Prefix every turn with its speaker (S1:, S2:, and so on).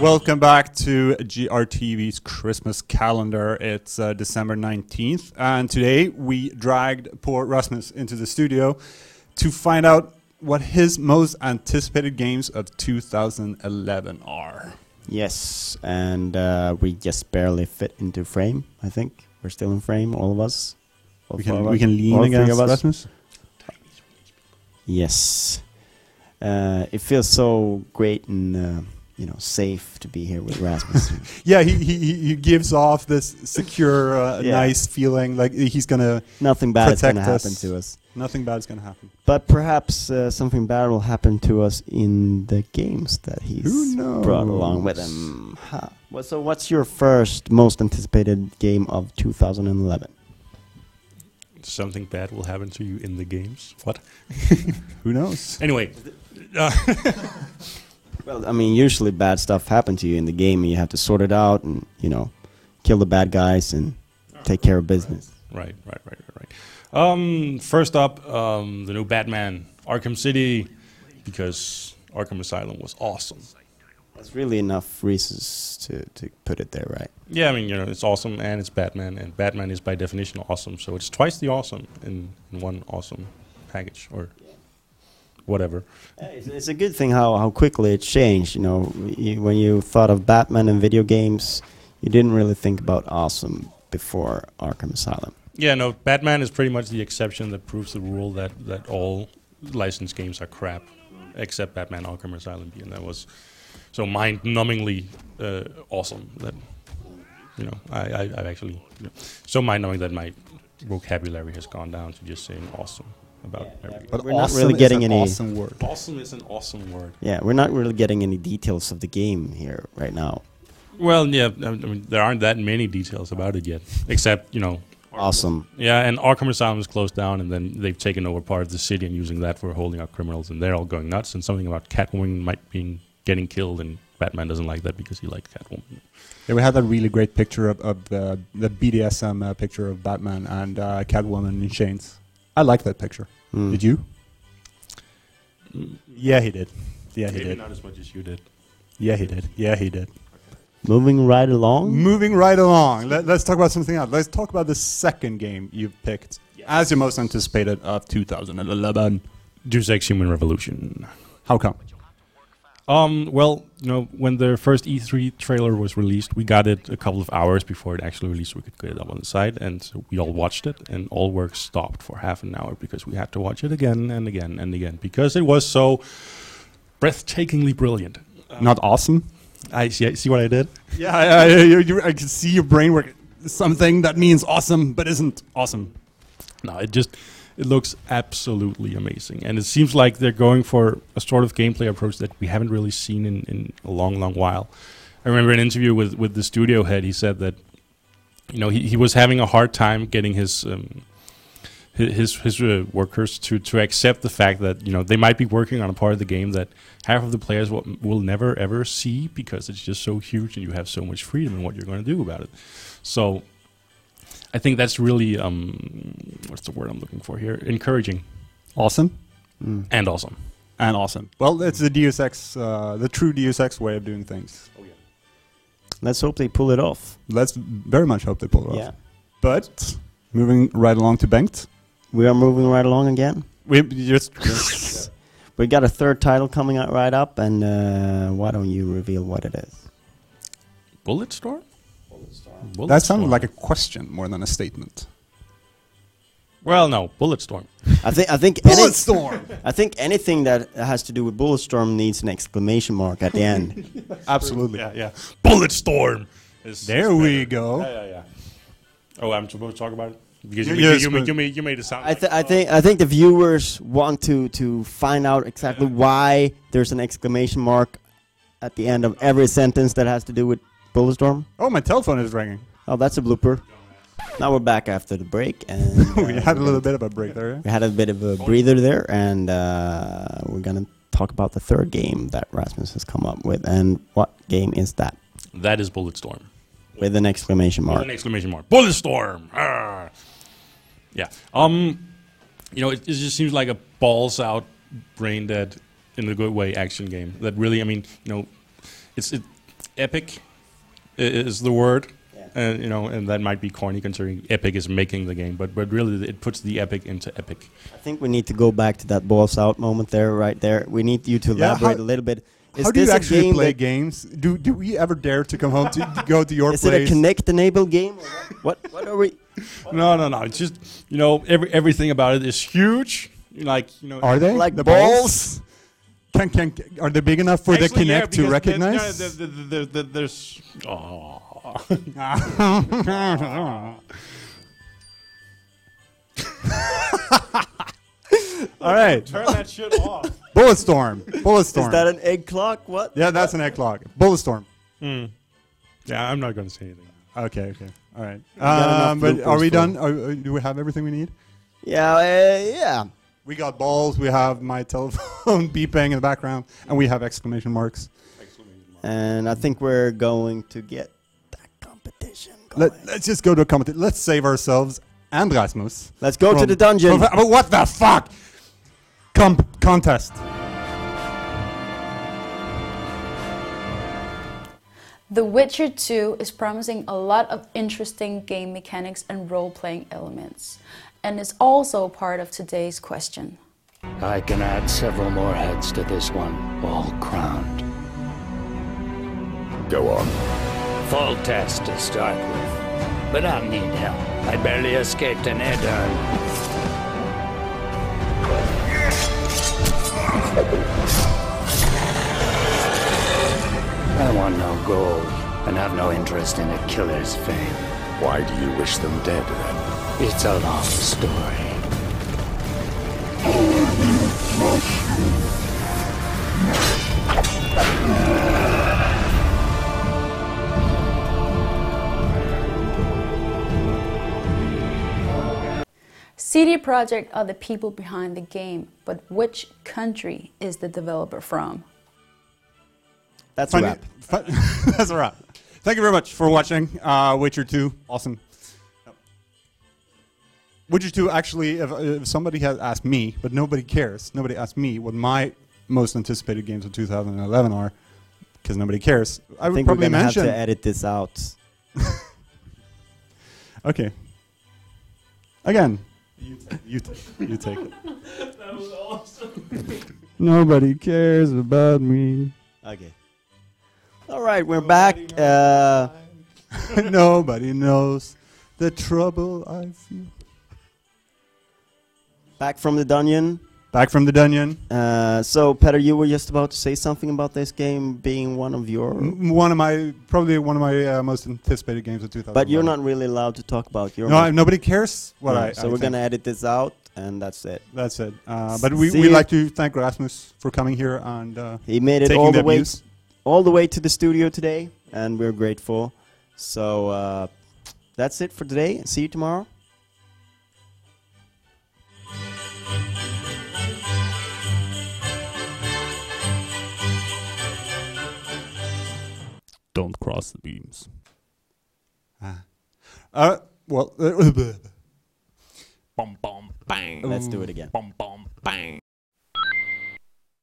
S1: Welcome back to GRTV's Christmas calendar. It's uh, December 19th, and today we dragged poor Rasmus into the studio to find out what his most anticipated games of 2011 are.
S2: Yes, and uh, we just barely fit into frame. I think we're still in frame, all of us. All
S1: We
S2: four
S1: can,
S2: of
S1: we
S2: us.
S1: can lean
S2: All three
S1: against
S2: of us.
S1: Rasmus.
S2: Yes, uh, it feels so great and uh, you know safe to be here with Rasmus.
S1: Yeah, he, he, he- he gives off this secure, uh,
S2: Yeah.
S1: nice feeling like he's gonna,
S2: Nothing bad is going to
S1: Protect
S2: happen
S1: us.
S2: to us,
S1: nothing bad's gonna happen.
S2: but perhaps uh, something bad will happen to us in the games that he's
S1: Who
S2: brought along with
S1: knows?
S2: him. Ha. Well, so, what's your first most anticipated game of 2011?
S3: something bad will happen to you in the games. What?
S1: Who knows?
S3: Anyway, uh,
S2: Well, I mean, usually bad stuff happen to you in the game, and you have to sort it out, and you know, kill the bad guys and take care of business.
S3: right, right, right, right, right. Um, first up, um, the new Batman, Arkham City, because Arkham Asylum was awesome.
S2: That's really enough reasons to, to put it there, right?
S3: Yeah, I mean, you know, it's awesome and it's Batman, and Batman is by definition awesome, so it's twice the awesome in, in one awesome package or whatever.
S2: Yeah, It's, it's a good thing how, how quickly it changed. You know, you, when you thought of Batman and video games, you didn't really think about awesome before Arkham Asylum.
S3: Yeah, no, Batman is pretty much the exception that proves the rule that, that all licensed games are crap, except Batman Arkham Asylum, and that was so mind-numbingly uh, awesome that you know I I, I actually you know, so mind-numbing that my vocabulary has gone down to just saying awesome about everything.
S1: But
S2: We're not
S1: awesome
S2: really
S1: is
S2: getting
S1: an
S2: any-
S1: awesome word.
S3: Awesome is an awesome word.
S2: Yeah, we're not really getting any details of the game here right now.
S3: Well, yeah, I mean, there aren't that many details about it yet, except you know
S2: Awesome.
S3: Yeah, and Arkham Asylum is closed down, and then they've taken over part of the city and using that for holding up criminals, and they're all going nuts. And something about Catwoman might be getting killed, and Batman doesn't like that because he likes Catwoman.
S1: Yeah, we had that really great picture of, of uh, the BDSM uh, picture of Batman and uh, Catwoman in chains. I like that picture.
S2: Mm.
S1: Did you? Hmm. Mm, Yeah, he did. Yeah, he
S3: Maybe
S1: did.
S3: not as much as you did.
S1: Yeah, he did. Yeah, he did.
S2: Moving right along.
S1: Moving right along, let, us talk about something else. Let's talk about the second game you've picked as your most anticipated of 2011.
S3: Deus Ex Human Revolution.
S1: How come?
S3: Um, well, you know, when the first E3 trailer was released, we got it a couple of hours before it actually released. We could get it up on the site, and so we all watched it, and all work stopped for half an hour because we had to watch it again and again and again because it was so breathtakingly brilliant.
S1: Not awesome?
S3: I see, see what I did.
S1: Yeah, I, I, you, you, I can see your brain work. Something that means awesome but isn't awesome.
S3: No, it just it looks absolutely amazing, and it seems like they're going for a sort of gameplay approach that we haven't really seen in, in a long, long while. I remember an interview with with the studio head. He said that you know he, he was having a hard time getting his um, hi- his his uh, workers to to accept the fact that you know they might be working on a part of the game that half of the players will, will never ever see because it's just so huge and you have so much freedom in what you're going to do about it. So I think that's really um, what's the word I'm looking for here? Encouraging
S1: Awesome?
S2: Mm.
S3: and awesome.
S1: and awesome. Well, it's the Deus Ex, uh, the true Deus Ex way of doing things.
S2: Let's hope they pull it off.
S1: Let's very much hope they pull it off.
S2: Yeah.
S1: But moving right along to Bengt,
S2: We are moving right along again.
S1: we just
S2: We got a third title coming out right up, and uh, why don't you reveal what it is?
S3: Bullet Storm. Bullet
S1: that sounded
S3: Storm.
S1: like a question more than a statement.
S3: well, no, Bullet Storm.
S2: I think I think any,
S1: storm.
S2: I think anything that has to do with Bulletstorm needs an exclamation mark at the end.
S1: Absolutely.
S3: yeah. Bullet Storm. is-
S1: There
S3: is
S1: we
S3: better.
S1: go.
S3: Yeah, yeah, yeah. Oh, I'm supposed to talk about it because you,
S1: Y-
S3: you,
S1: yes,
S3: you, ma-
S1: but-
S3: you, made, you made it sound.
S2: I,
S3: like-
S2: th- I think I think the viewers want to to find out exactly why there's an exclamation mark at the end of every sentence that has to do with Bulletstorm.
S1: Oh, my telephone is ringing.
S2: Oh, that's a blooper. Now we're back after the break, and uh,
S1: we had a little bit of a break there. yeah?
S2: We had a bit of a breather there, and uh, we're gonna talk about the third game that Rasmus has come up with, and what game is that?
S3: that is Bullet Storm.
S2: With an exclamation
S3: With
S2: mark.
S3: an exclamation mark. Bullet storm. Arr. Yeah. Um, you know, it, it just seems like a balls out, brain dead, in a good way action game. That really, I mean, you know, it's it. epic i- is the word.
S2: Yeah.
S3: And you know, and that might be corny considering Epic is making the game, but but really it puts the epic into epic.
S2: I think we need to go back to that balls out moment there, right there. We need you to
S1: Yeah, how-
S2: elaborate a little bit. Is
S1: How do you
S2: this a
S1: actually
S2: game
S1: play
S2: that-
S1: games? Do do we ever dare to come home to to go to your
S2: Is it a
S1: place?
S2: connect enabled game? Or what? what? What are we?
S3: No, no, no. It's just you know, every everything about it is huge. Like you know,
S1: are they
S2: Like
S1: the
S2: balls?
S1: Can, can are they big enough for the
S3: Actually, yeah,
S1: Kinect to
S3: because the- no,
S1: recognize?
S3: the- the- the- the- there's oh.
S1: All right,
S3: turn that shit off.
S1: Bulletstorm. Bulletstorm.
S2: Is that an egg clock? What?
S1: yeah, that's an egg clock. Bulletstorm.
S3: Yeah, I'm not gonna say anything.
S1: Okay, okay, all right.
S2: got enough
S1: Um, but are
S2: loopholes
S1: we
S2: for-
S1: done? Are, uh, do we have everything we need?
S2: Yeah. Uh, yeah.
S1: We got balls. We have my telephone beeping in the background, and we have exclamation marks.
S2: And I think we're going to get that competition. Going.
S1: Let, let's just go to a comment. Let's save ourselves and Rasmus.
S2: Let's go to
S1: from-
S2: the dungeon.
S1: from- but what the fuck? Comp contest.
S4: The Witcher 2 is promising a lot of interesting game mechanics and role playing elements, and is also part of today's question.
S5: I can add several more heads to this one, all crowned. Go on. Full test to start with. But I'll need help. I barely escaped an air dime. I want no gold, and have no interest in a killer's fame. Why do you wish them dead, then? It's a long story.
S4: CD Projekt are the people behind the game, but which country is the developer from?
S2: That's a
S1: Thank
S2: wrap.
S1: you- fu- that's a wrap. Thank you very much for watching uh, Witcher 2. Awesome. Witcher 2, actually, if, if somebody had asked me, but nobody cares, nobody asked me what my most anticipated games of 2011 are, because nobody cares, I,
S2: I
S1: would
S2: think we're
S1: probably
S2: gonna
S1: mention.
S2: have to edit this out.
S1: okay. Again. You, t- you, t- you take it. Nobody cares about me.
S2: Okay. All right, we're back. Uh,
S1: nobody knows the trouble I feel.
S2: back from the dungeon.
S1: Back from the dungeon.
S2: Uh, so, Petter, you were just about to say something about this game being one of your.
S1: M- One of my probably one of my uh, most anticipated games of 2000.
S2: But you're not really allowed to talk about your.
S1: No, I, nobody cares what I.
S2: So
S1: I
S2: we're
S1: think.
S2: gonna edit this out, and that's it.
S1: That's it. Uh, but we
S2: See
S1: we
S2: you.
S1: like to thank Rasmus for coming here and uh,
S2: He made it
S1: taking
S2: all
S1: the
S2: the way,
S1: abuse.
S2: all the way to the studio today, and we're grateful. So uh, that's it for today. See you tomorrow.
S6: Don't cross the beams.
S1: Uh, well. uh,
S6: Bum bum bang.
S2: Let's do it again.
S6: Bum bum bang.